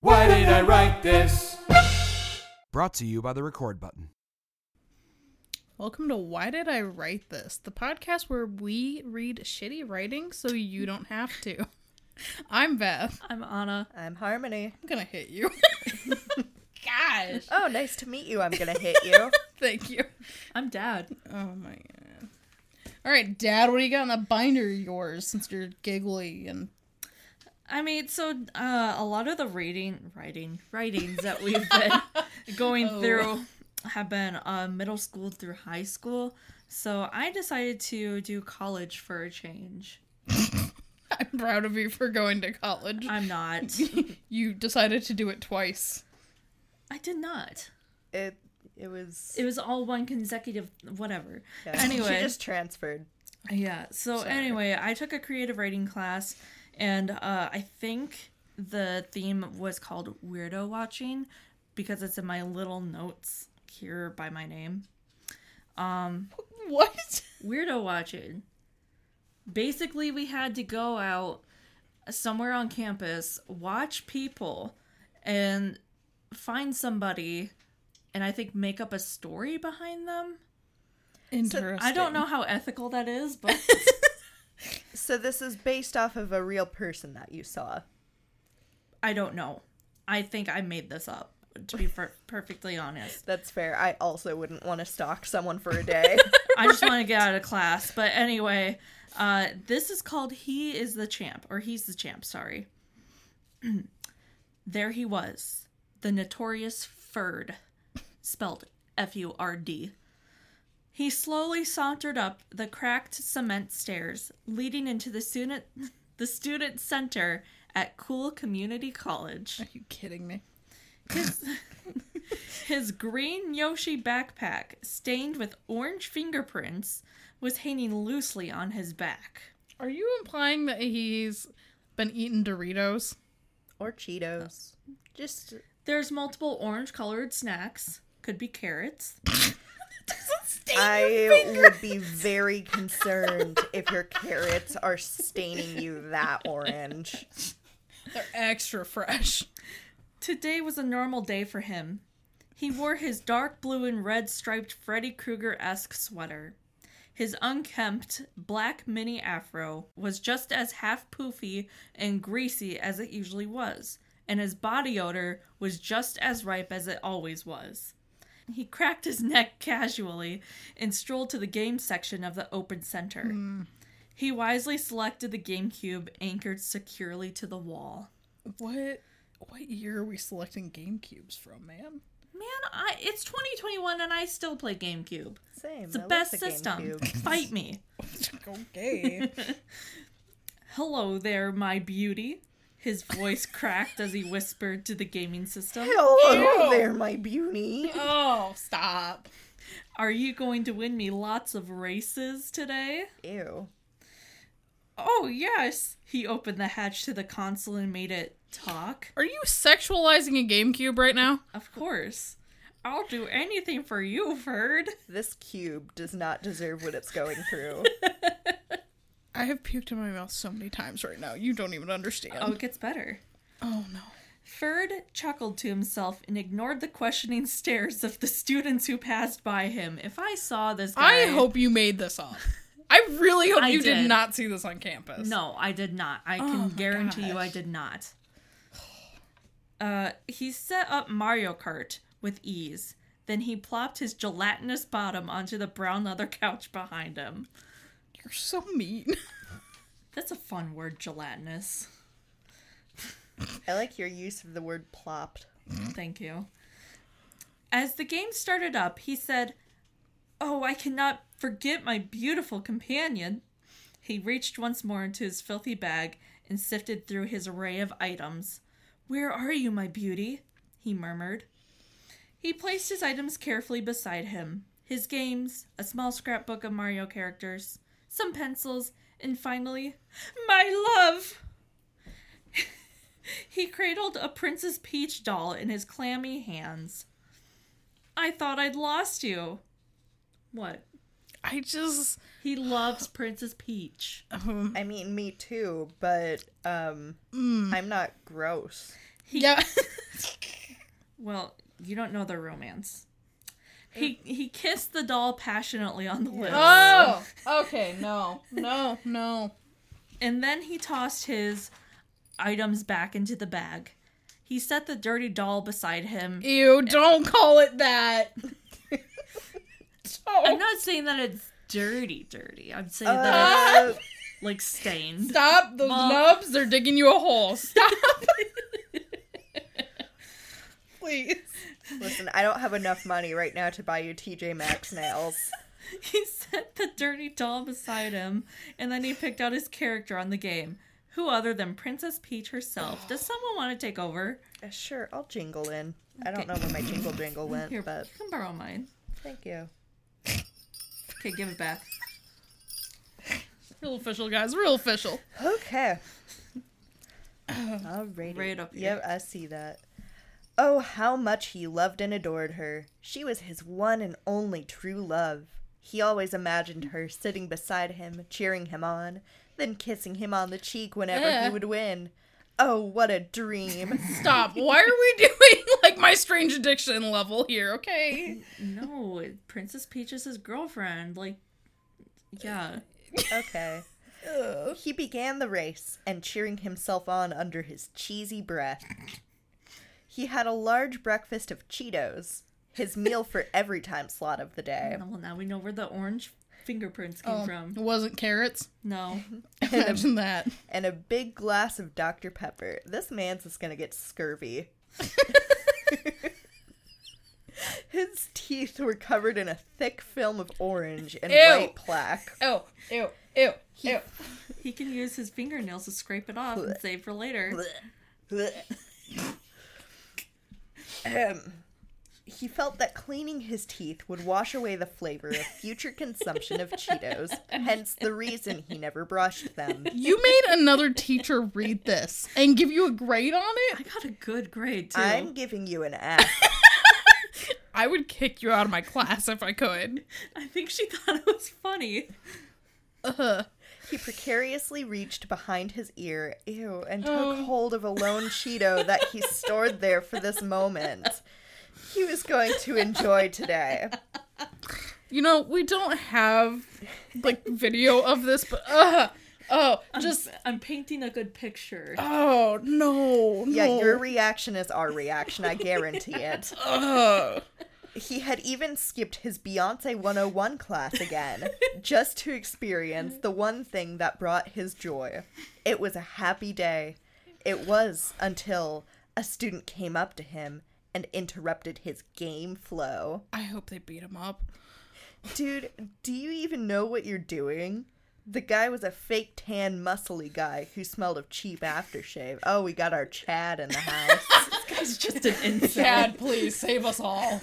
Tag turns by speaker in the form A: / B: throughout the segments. A: Why did I write this?
B: Brought to you by the record button.
C: Welcome to Why Did I Write This, the podcast where we read shitty writing so you don't have to. I'm Beth.
D: I'm Anna.
E: I'm Harmony.
C: I'm gonna hit you. Gosh.
E: Oh, nice to meet you. I'm gonna hit you.
C: Thank you.
D: I'm Dad.
C: Oh my god. All right, Dad, what do you got in the binder of yours since you're giggly and
D: I mean, so uh, a lot of the reading, writing, writings that we've been going
C: Oh.
D: through have been uh, middle school through high school. So I decided to do college for a change.
C: I'm proud of you for going to college.
D: I'm not.
C: you decided to do it twice.
D: I did not.
E: It it was
D: It was all one consecutive whatever.
E: yeah.
D: Anyway.
E: She just transferred.
D: Yeah. So
E: Sorry.
D: anyway, I took a creative writing class, and uh, I think the theme was called weirdo watching because it's in my little notes here by my name.
C: What?
D: Weirdo watching. Basically, we had to go out somewhere on campus, watch people, and find somebody, and I think make up a story behind them.
C: Interesting.
D: I don't know how ethical that is, but
E: So this is based off of a real person that you saw.
D: I don't know. I think I made this up, to be per- perfectly honest.
E: That's fair. I also wouldn't want to stalk someone for a day.
D: I just want to get out of class. But anyway, uh, this is called He is the Champ, or He's the Champ, sorry. there he was, the notorious Furd, spelled F U R D. He slowly sauntered up the cracked cement stairs leading into the student the student center at Cool Community College.
C: Are you kidding me?
D: His, his green Yoshi backpack, stained with orange fingerprints, was hanging loosely on his back.
C: Are you implying that he's been eating Doritos?
E: or Cheetos. Just
D: There's multiple orange colored snacks. Could be carrots.
E: I would be very concerned if your carrots are staining you that orange.
C: They're extra fresh.
D: Today was a normal day for him. He wore his dark blue and red striped Freddy Krueger esque sweater. His unkempt black mini afro was just as half poofy and greasy as it usually was, and his body odor was just as ripe as it always was. He cracked his neck casually and strolled to the game section of the open center. He wisely selected the GameCube anchored securely to the wall.
C: What what year are we selecting game cubes from, man?
D: Man, I it's 2021 and I still play GameCube.
E: Same.
D: It's the
E: I love
D: best system.
E: GameCube.
D: Fight me.
C: okay.
D: Hello there, my beauty. His voice cracked as he whispered to the gaming system.
E: Hello
C: Ew.
E: Oh, there, my beauty.
D: Uh,
C: oh, stop.
D: Are you going to win me lots of races today?
E: Ew.
D: Oh, yes. He opened the hatch to the console and made it talk.
C: Are you sexualizing a GameCube right now?
D: Of course. I'll do anything for you, Ferd.
E: This cube does not deserve what it's going through.
C: I have puked in my mouth so many times right now. You don't even understand.
D: Oh, it gets better.
C: oh no.
D: Ferd chuckled to himself and ignored the questioning stares of the students who passed by him. If I saw this guy.
C: I hope you made this up. I really hope
D: I
C: you did.
D: did.
C: not see this on campus.
D: No, I did not. I can
C: Oh my
D: guarantee you I
C: gosh.
D: did not. Uh, he set up Mario Kart with ease. Then he plopped his gelatinous bottom onto the brown leather couch behind him.
C: You're so mean.
D: That's a fun word, gelatinous.
E: I like your use of the word plopped.
D: Thank you. As the game started up, he said, Oh, I cannot forget my beautiful companion. He reached once more into his filthy bag and sifted through his array of items. Where are you, my beauty? he murmured. He placed his items carefully beside him his games, a small scrapbook of Mario characters, some pencils, and finally, my love! He cradled a Princess Peach doll in his clammy hands. I thought I'd lost you. What?
C: I just
D: He loves Princess Peach.
C: um,
E: I mean, me too, but um, I'm not gross.
D: He,
C: yeah.
D: Well, you don't know their romance. He he kissed the doll passionately on the lips.
C: Oh, okay. No, no, no.
D: And then he tossed his items back into the bag. He set the dirty doll beside him.
C: Ew, don't call it that. Don't.
D: I'm not saying that it's dirty, dirty. I'm saying that
E: Uh,
D: it's like stained.
C: Stop. Those
D: Mom.
C: nubs are digging you a hole. Stop. Please.
E: listen, I don't have enough money right now to buy you TJ Maxx nails.
D: He set the dirty doll beside him, and then he picked out his character on the game. Who other than Princess Peach herself? Does someone want to take over?
E: Uh, Sure, I'll jingle in. I don't know where my jingle jingle went,
D: Here,
E: but
D: you can borrow mine.
E: thank you.
D: Okay, give it back.
C: Real official, guys. Real official.
E: Okay. Alrighty.
D: Right up
E: Yep, I see that. Oh, how much he loved and adored her. She was his one and only true love. He always imagined her sitting beside him, cheering him on, then kissing him on the cheek whenever he
C: Ugh.
E: would win. Oh, what a dream.
C: Stop. Why are we doing like my strange addiction level here? Okay.
D: No, it- Princess Peach is his girlfriend. Like, yeah.
E: Okay. He began the race and cheering himself on under his cheesy breath. He had a large breakfast of Cheetos, his meal for every time slot of the day,
D: Well, now we know where the orange fingerprints came
C: Oh,
D: from.
C: it wasn't carrots.
D: No.
C: Imagine that.
E: and a big glass of Dr. Pepper. This man's is gonna get scurvy. his teeth were covered in a thick film of orange and
C: Ew.
E: white plaque.
C: Oh, ew, ew, ew.
D: He can use his fingernails to scrape it off and save for later.
E: Ahem. Um, he felt that cleaning his teeth would wash away the flavor of future consumption of Cheetos, hence the reason he never brushed them.
C: You made another teacher read this and give you a grade on
D: I
C: it?
D: got a good grade, too.
E: I'm giving you an F.
C: I would kick you out of my class if I could.
D: I think she thought it was funny.
C: Ugh.
E: He precariously reached behind his ear, ew, and took
C: Oh.
E: hold of a lone Cheeto that he stored there for this moment. He was going to enjoy today.
C: You know, we don't have like video of this, but ugh. oh, just
D: I'm painting a good picture.
C: oh no, no.
E: Yeah, your reaction is our reaction, I guarantee it.
C: Ugh.
E: He had even skipped his Beyonce 101 class again, just to experience the one thing that brought his joy. It was a happy day. It was until a student came up to him and interrupted his game flow.
C: I hope they beat him up.
E: Dude, do you even know what you're doing? The guy was a fake tan, muscly guy who smelled of cheap aftershave. Oh, we got our Chad in the house.
D: It's just an insult.
C: Dad, please save us all.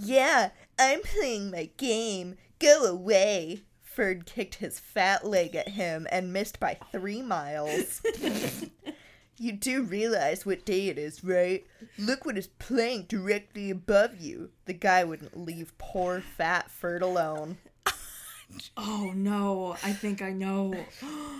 E: Yeah, I'm playing my game. Go away. Ferd kicked his fat leg at him and missed by three miles. you do realize what day it is, right? Look what is playing directly above you. The guy wouldn't leave poor fat Ferd alone.
D: Oh no, I think I know.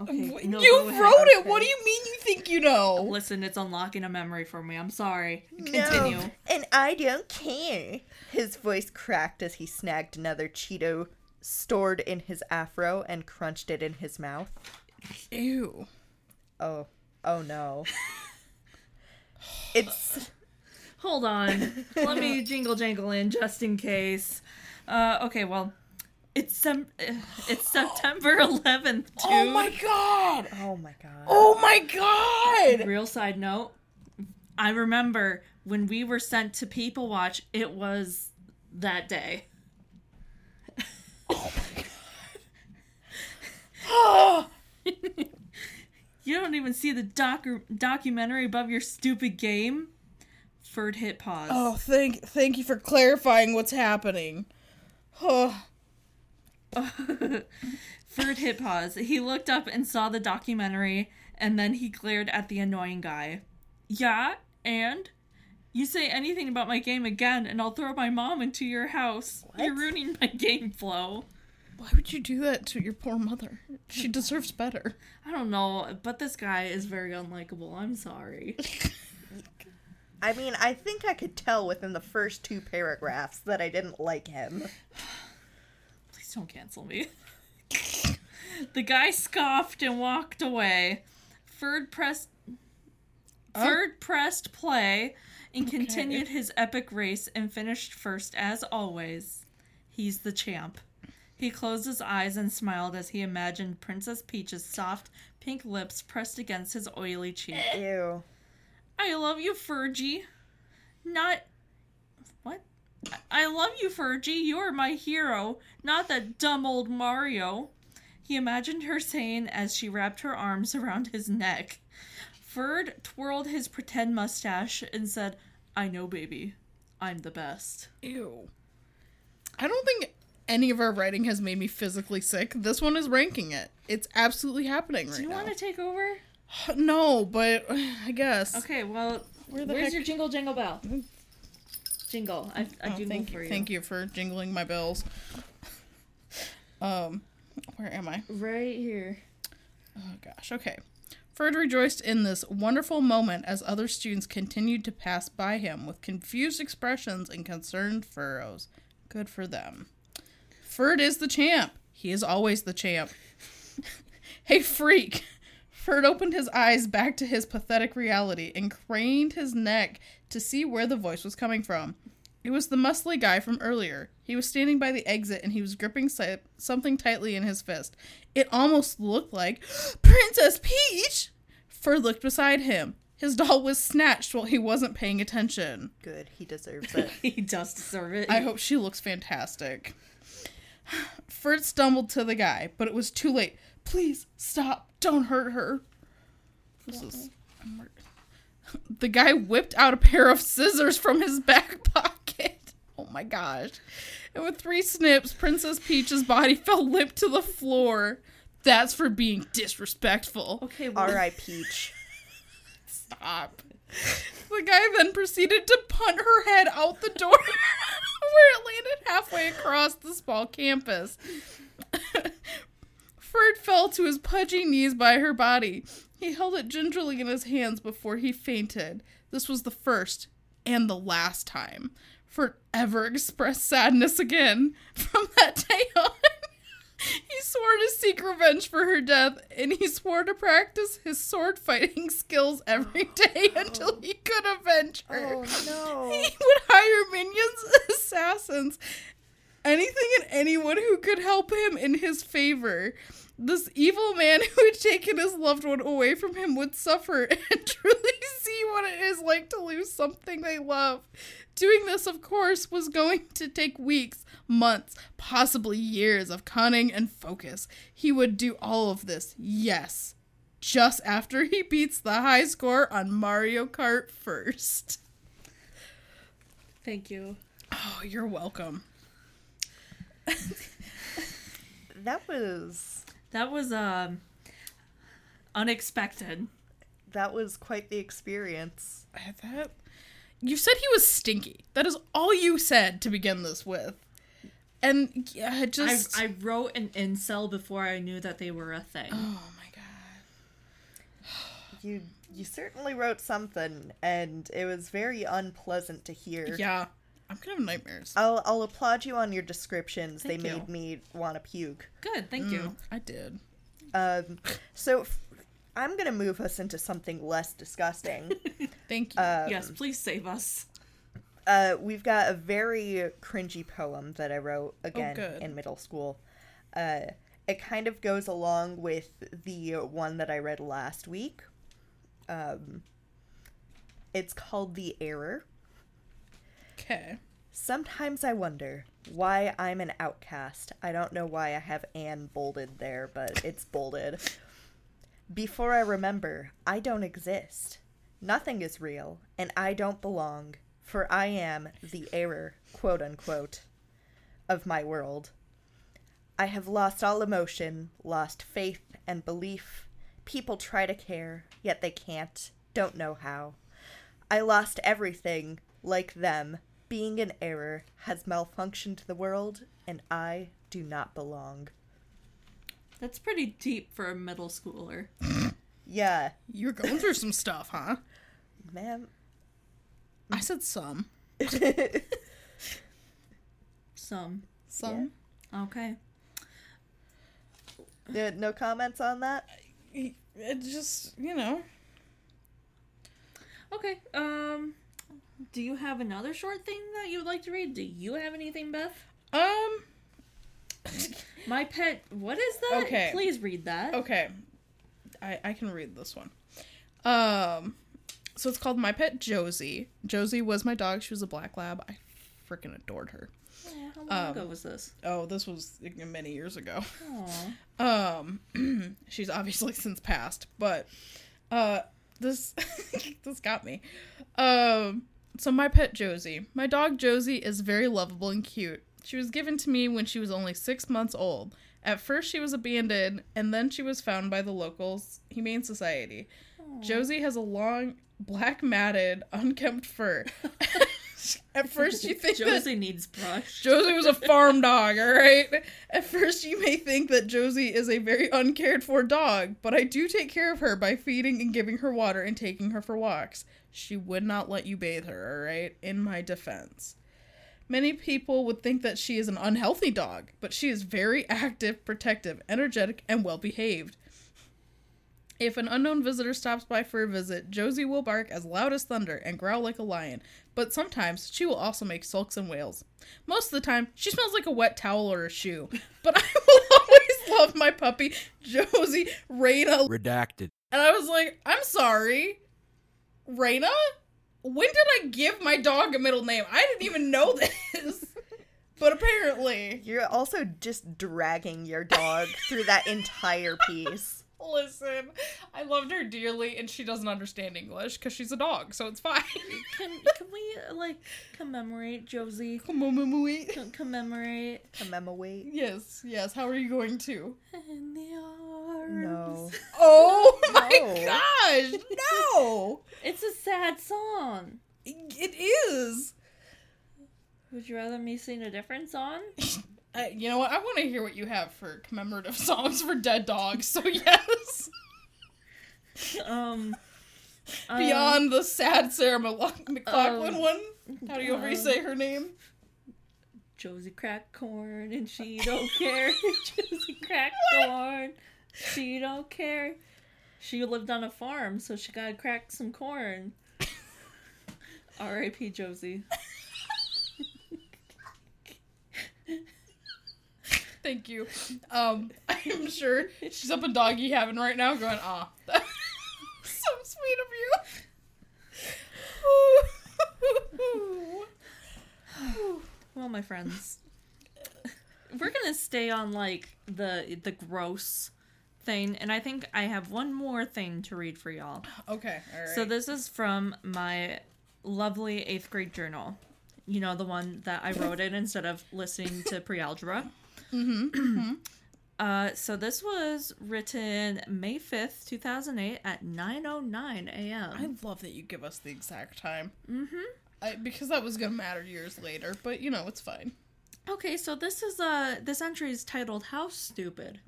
D: okay, no,
C: you
D: go
C: wrote
D: ahead,
C: it.
D: okay.
C: What do you mean you think you know?
D: Listen, it's unlocking a memory for me. I'm sorry.
E: No,
D: Continue.
E: and I don't care. His voice cracked as he snagged another Cheeto stored in his afro and crunched it in his mouth.
C: Ew.
E: Oh, oh no. it's
D: Hold on. Let me jingle jangle in just in case. Uh, okay, well, it's sem- uh, it's September 11th, dude.
C: Oh my god.
E: oh my god.
C: Oh my god.
D: Real side note, I remember when we were sent to People Watch, it was that day. You don't even see the docu- documentary above your stupid game. Ferd hit pause.
C: Oh, thank thank you for clarifying what's happening. Oh,
D: Ferd hit pause. He looked up and saw the documentary, and then he glared at the annoying guy. Yeah, and? You say anything about my game again, and I'll throw my mom into your house. You're ruining my game flow.
C: why would you do that to your poor mother? She deserves better.
D: I don't know, but this guy is very unlikable. I'm sorry.
E: I mean, I think I could tell within the first two paragraphs that I didn't like him.
D: Please don't cancel me. the guy scoffed and walked away. Ferd pressed Ferd pressed play and continued his epic race and finished first as always. He's the champ. He closed his eyes and smiled as he imagined Princess Peach's soft pink lips pressed against his oily cheek.
E: Ew.
D: I love you, Fergie. Not what? I love you, Fergie. You are my hero, not that dumb old Mario. He imagined her saying as she wrapped her arms around his neck. Ferd twirled his pretend mustache and said, I know, baby. I'm the best.
C: Ew. I don't think any of our writing has made me physically sick. This one is ranking it. It's absolutely happening right
D: Do you
C: now.
D: want to take over?
C: No, but I guess.
D: Okay, well,
C: the
D: where's
C: heck- Mm-hmm.
D: your jingle jingle bell? Jingle. I, I
C: Oh,
D: jingle
C: thank
D: for
C: you.
D: you.
C: Thank you for jingling my bells. Um, where am I?
D: Right here.
C: Oh gosh. Okay. Ferd rejoiced in this wonderful moment as other students continued to pass by him with confused expressions and concerned furrows. Good for them. Ferd is the champ. He is always the champ. hey, freak! Ferd opened his eyes back to his pathetic reality and craned his neck to see where the voice was coming from. It was the muscly guy from earlier. He was standing by the exit and he was gripping si- something tightly in his fist. It almost looked like Princess Peach! Ferd looked beside him. His doll was snatched while he wasn't paying attention.
E: Good. He deserves it.
D: He does deserve it.
C: I hope she looks fantastic. Ferd stumbled to the guy, but it was too late. Please stop. Don't hurt her. This is. The guy whipped out a pair of scissors from his back pocket. Oh my gosh. And with three snips, Princess Peach's body fell limp to the floor. That's for being disrespectful.
D: Okay, well,
E: All right, Peach.
C: Stop. The guy then proceeded to punt her head out the door where it landed halfway across the small campus. Ferd fell to his pudgy knees by her body. He held it gingerly in his hands before he fainted. This was the first and the last time Ferd ever expressed sadness again. From that day on, he swore to seek revenge for her death, and he swore to practice his sword fighting skills every day until he could avenge her.
E: Oh,
C: He
E: no.
C: would hire minions, assassins, anything and anyone who could help him in his favor. This evil man who had taken his loved one away from him would suffer and truly see what it is like to lose something they love. Doing this, of course, was going to take weeks, months, possibly years of cunning and focus. He would do all of this, yes, just after he beats the high score on Mario Kart first.
D: thank you.
C: Oh, you're welcome.
E: That was
D: That was um unexpected.
E: that was quite the experience.
C: That you said he was stinky. That is all you said to begin this with, and yeah,
D: I,
C: just
D: I wrote an incel before I knew that they were a thing.
C: oh my god,
E: You you certainly wrote something, and it was very unpleasant to hear.
C: yeah, I'm gonna have nightmares.
E: I'll I'll applaud you on your descriptions.
D: Thank
E: they
D: you.
E: made me want to puke.
D: Good, thank you.
C: I did.
E: Um, so f- I'm gonna move us into something less disgusting. Um,
C: Thank you.
D: yes, please save us.
E: Uh, we've got a very cringy poem that I wrote again
C: good.
E: in middle school. Uh, it kind of goes along with the one that I read last week. Um, it's called The Error.
C: okay.
E: Sometimes I wonder why I'm an outcast. I don't know why I have Anne bolded there, but it's bolded. Before I remember, I don't exist. Nothing is real, and I don't belong, for I am the error, quote unquote, of my world. I have lost all emotion, lost faith and belief. People try to care, yet they can't, don't know how. I lost everything, like them. Being an error has malfunctioned the world, and I do not belong.
D: That's pretty deep for a middle schooler.
E: Yeah,
C: You're going through some stuff, huh?
E: ma'am,
C: I said some.
D: Some.
C: Some.
D: Okay.
E: No- Uh, no comments on that?
C: It just, you know.
D: Okay. Um do you have another short thing that you would like to read? Do you have anything, Beth?
C: Um,
D: My pet what is that?
C: Okay. Oh,
D: Please read that.
C: okay. I, I can read this one. Um, so it's called My Pet Josie. Josie was my dog. She was a black lab. I freaking adored her.
D: Aw, how long ago was this?
C: Oh, this was like, many years ago.
D: Aw.
C: Um, she's obviously since passed, but uh, this this got me. Um, so my pet Josie, my dog Josie is very lovable and cute. She was given to me when she was only six months old. At first, she was abandoned, and then she was found by the locals humane society. Josie has a long, black matted, unkempt fur. At first, you think that-
D: Josie needs brush.
C: Josie was a farm dog, all right? At first, you may think that Josie is a very uncared for dog, but I do take care of her by feeding and giving her water and taking her for walks. She would not let you bathe her, all right? In my defense. Many people would think that she is an unhealthy dog, but she is very active, protective, energetic, and well behaved. If an unknown visitor stops by for a visit, Josie will bark as loud as thunder and growl like a lion, but sometimes she will also make sulks and wails. Most of the time, she smells like a wet towel or a shoe, but I will always love my puppy, Josie Raina.
B: Redacted.
C: And I was like, I'm sorry, Raina? When did I give my dog a middle name? I didn't even know this. but apparently,
E: You're also just dragging your dog through that entire piece.
C: listen, I loved her dearly, and she doesn't understand English because she's a dog, so it's fine.
D: Can can we uh, like commemorate Josie?
C: Come on, Mumui.
D: Com- commemorate
E: Commemorate.
C: Yes, yes. How are you going to?
D: in the arms.
E: No.
C: Oh my
E: No.
C: gosh! No,
D: It's a sad song.
C: it is.
D: Would you rather me sing a different song?
C: I, you know what? I want to hear what you have for commemorative songs for dead dogs. So yes,
D: um, um,
C: beyond the sad Sarah McLaugh- McLaughlin
D: um,
C: one. How do you ever
D: um,
C: say her name?
D: Josie crack corn and she don't care. Josie crack corn, she don't care. She lived on a farm, so she gotta crack some corn. R.I.P. Josie.
C: Thank you. Um, I'm sure she's up in doggy heaven right now, going, "Ah, so sweet of you."
D: Well, my friends, we're gonna stay on like the the gross thing, and I think I have one more thing to read for y'all.
C: okay, all right.
D: So this is from my lovely eighth grade journal. You know the one that I wrote in instead of listening to pre-algebra. uh, so this was written May fifth, two thousand eight, at nine oh nine
C: I
D: a.m.
C: love that you give us the exact time. Mm-hmm. I, because that was gonna matter years later, but you know it's fine.
D: Okay, so this is uh this entry is titled "How Stupid."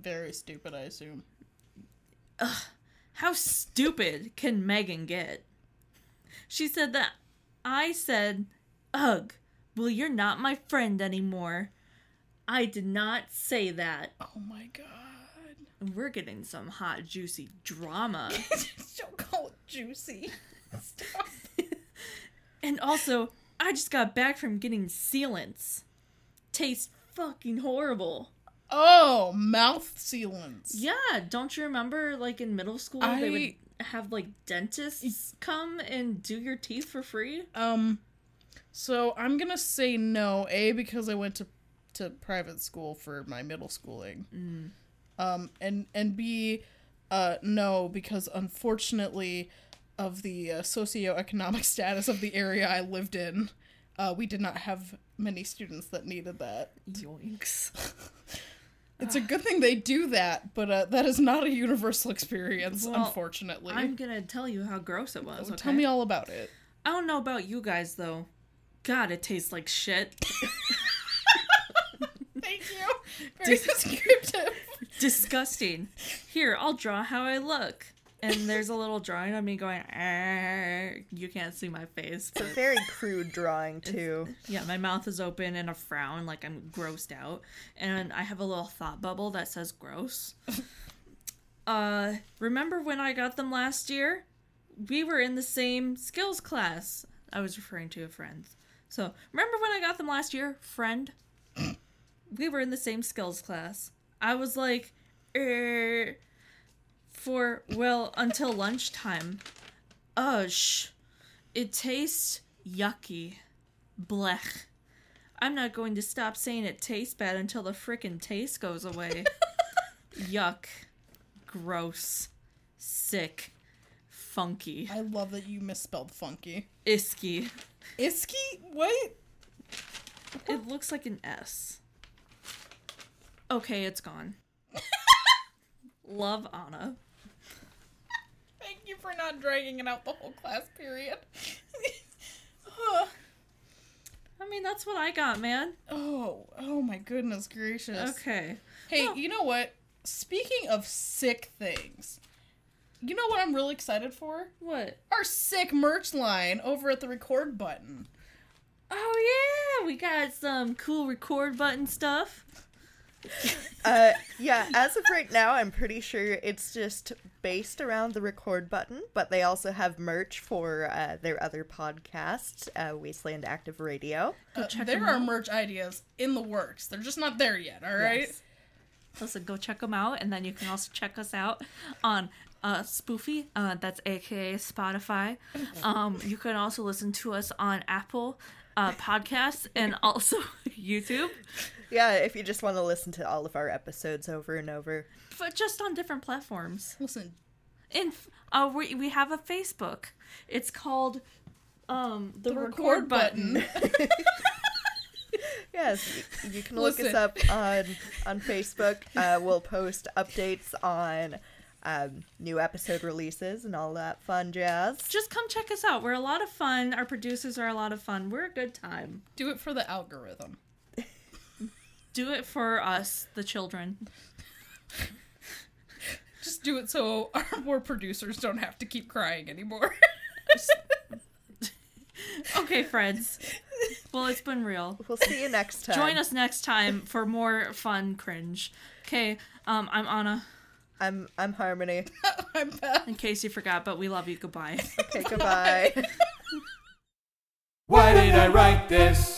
C: Very stupid, I assume.
D: How stupid can Megan get? She said that I said, Ugh, well, you're not my friend anymore. I did not say that.
C: Oh my god!
D: We're getting some hot, juicy drama.
C: Don't call it juicy. Stop.
D: and also, I just got back from getting sealants. Tastes fucking horrible.
C: Oh, mouth sealants.
D: Yeah, don't you remember, like, in middle school, they
C: I-
D: would have, like, dentists come and do your teeth for free?
C: Um, so I'm gonna say no. A because I went to to private school for my middle schooling.
D: Mm.
C: Um, and and B, uh, no because unfortunately, of the uh, socioeconomic status of the area I lived in, uh, we did not have many students that needed that.
D: Yoinks.
C: It's a good thing they do that, but uh, that is not a universal experience,
D: Well,
C: unfortunately.
D: I'm gonna tell you how gross it was.
C: So
D: Okay?
C: Tell me all about it.
D: I don't know about you guys though. God, it tastes like shit.
C: Thank you. Very descriptive.
D: Disgusting. Here, I'll draw how I look. and there's a little drawing of me going, "Arr." you can't see my face.
E: It's a
D: But
E: very crude drawing too.
D: yeah, my mouth is open and a frown, like I'm grossed out. And I have a little thought bubble that says gross. uh, remember when I got them last year? We were in the same skills class. I was referring to a friend. So, remember when I got them last year? Friend. we were in the same skills class. I was like, er, for, well, until lunchtime. Ugh, sh- it tastes yucky. Blech. I'm not going to stop saying it tastes bad until the frickin' taste goes away. Yuck. Gross. Sick. Funky.
C: I love that you misspelled funky.
D: Isky.
C: Isky? What?
D: It looks like an S. Okay, it's gone. Love Anna.
C: Thank you for not dragging it out the whole class period. Huh.
D: I mean, that's what I got, man.
C: oh, oh my goodness gracious.
D: Okay.
C: Hey, you know what? Speaking of sick things, you know what I'm really excited for?
D: What?
C: Our sick merch line over at the record button.
D: Oh, yeah! We got some cool record button stuff.
E: Uh, yeah, as of right now, I'm pretty sure it's just based around the record button, but they also have merch for uh, their other podcast, uh, Wasteland Active Radio.
C: Uh, there are merch ideas in the works. They're just not there yet, all right?
D: Yes. Listen, go check them out, and then you can also check us out on uh, Spoofy, uh, that's aka Spotify. Um, you can also listen to us on Apple uh, Podcasts and also YouTube,
E: Yeah, if you just want to listen to all of our episodes over and over.
D: but just on different platforms.
C: Listen,
D: And uh, we we have a Facebook. It's called um, the,
C: the
D: record,
C: record
D: button.
C: button.
E: Yes, y- you can look us
C: Listen.
E: up on on Facebook. Uh, we'll post updates on um, new episode releases and all that fun jazz.
D: Just come check us out. We're a lot of fun. Our producers are a lot of fun. We're a good time.
C: Do it for the algorithm.
D: Do it for us, the children.
C: Just do it so our poor producers don't have to keep crying anymore.
D: Okay, friends. Well, it's been real.
E: We'll see you next time.
D: Join us next time for more fun cringe. Okay, um, I'm Anna,
E: I'm I'm Harmony.
C: I'm back.
D: in case you forgot, but we love you. Goodbye.
E: Okay, goodbye.
B: Why did I write this?